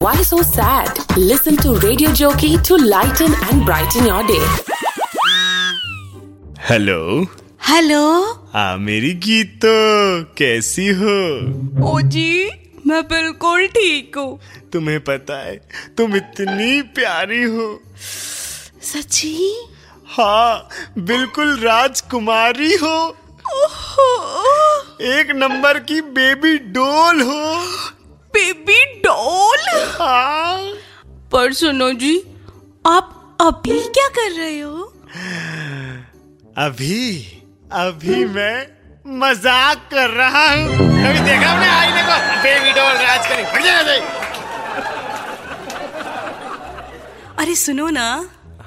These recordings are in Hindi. Why so sad? Listen to Radio Jockey to lighten and brighten your day. Hello hello आ मेरी गीतो कैसी हो ओ जी मैं बिल्कुल ठीक हूँ तुम्हें पता है तुम इतनी प्यारी हो सची हाँ बिल्कुल राजकुमारी हो एक नंबर की बेबी डोल हो बेबी डॉल हाँ पर सुनो जी आप अभी क्या कर रहे हो अभी अभी मैं मजाक कर रहा हूँ अभी देखा हमने आईने को बेबी डोल राज करी हट जा इधर से। अरे सुनो ना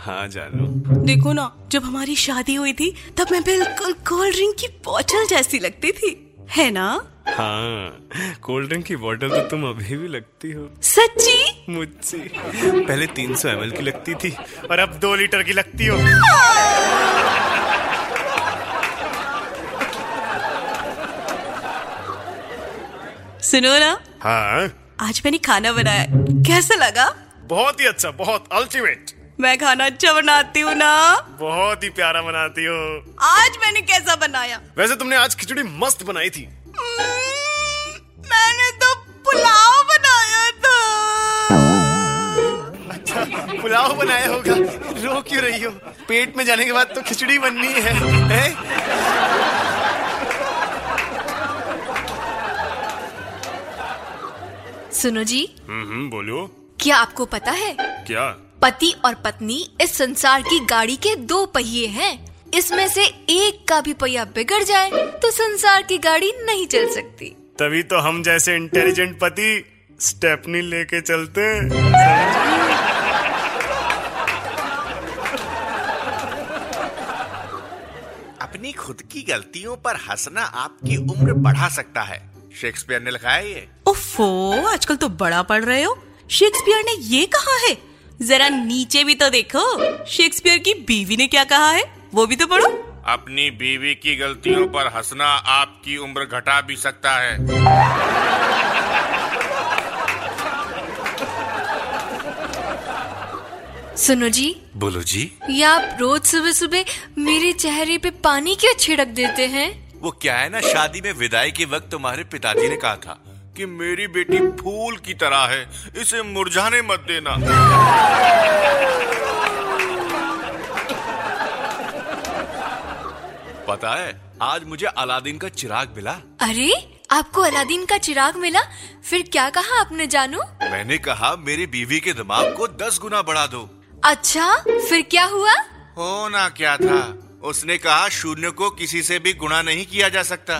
हाँ जानू देखो ना जब हमारी शादी हुई थी तब मैं बिल्कुल कोल्ड ड्रिंक की बोतल जैसी लगती थी है ना हाँ कोल्ड ड्रिंक की बोतल तो तुम अभी भी लगती हो सच्ची मुझसे पहले 300 सौ की लगती थी और अब दो लीटर की लगती हो सुनो ना हाँ आज मैंने खाना बनाया कैसा लगा बहुत ही अच्छा बहुत अल्टीमेट मैं खाना अच्छा बनाती हूँ ना बहुत ही प्यारा बनाती हो आज मैंने कैसा बनाया वैसे तुमने आज खिचड़ी मस्त बनाई थी Mm, मैंने तो पुलाव बनाया था अच्छा पुलाव बनाया होगा रो क्यों रही हो पेट में जाने के बाद तो खिचड़ी बननी है, है? सुनो जी हम्म बोलो क्या आपको पता है क्या पति और पत्नी इस संसार की गाड़ी के दो पहिए हैं इसमें से एक का भी पहिया बिगड़ जाए तो संसार की गाड़ी नहीं चल सकती तभी तो हम जैसे इंटेलिजेंट पति स्टेपनी लेके चलते हैं। अपनी खुद की गलतियों पर हंसना आपकी उम्र बढ़ा सकता है शेक्सपियर ने लिखा है ये ओफो आजकल तो बड़ा पढ़ रहे हो शेक्सपियर ने ये कहा है जरा नीचे भी तो देखो शेक्सपियर की बीवी ने क्या कहा है वो भी तो पढ़ो अपनी बीवी की गलतियों पर हंसना आपकी उम्र घटा भी सकता है सुनो जी बोलो जी ये आप रोज सुबह सुबह मेरे चेहरे पे पानी क्यों छिड़क देते हैं वो क्या है ना शादी में विदाई के वक्त तुम्हारे पिताजी ने कहा था कि मेरी बेटी फूल की तरह है इसे मुरझाने मत देना पता है आज मुझे अलादीन का चिराग मिला अरे आपको अलादीन का चिराग मिला फिर क्या कहा आपने जानू मैंने कहा मेरी बीवी के दिमाग को दस गुना बढ़ा दो अच्छा फिर क्या हुआ होना क्या था उसने कहा शून्य को किसी से भी गुणा नहीं किया जा सकता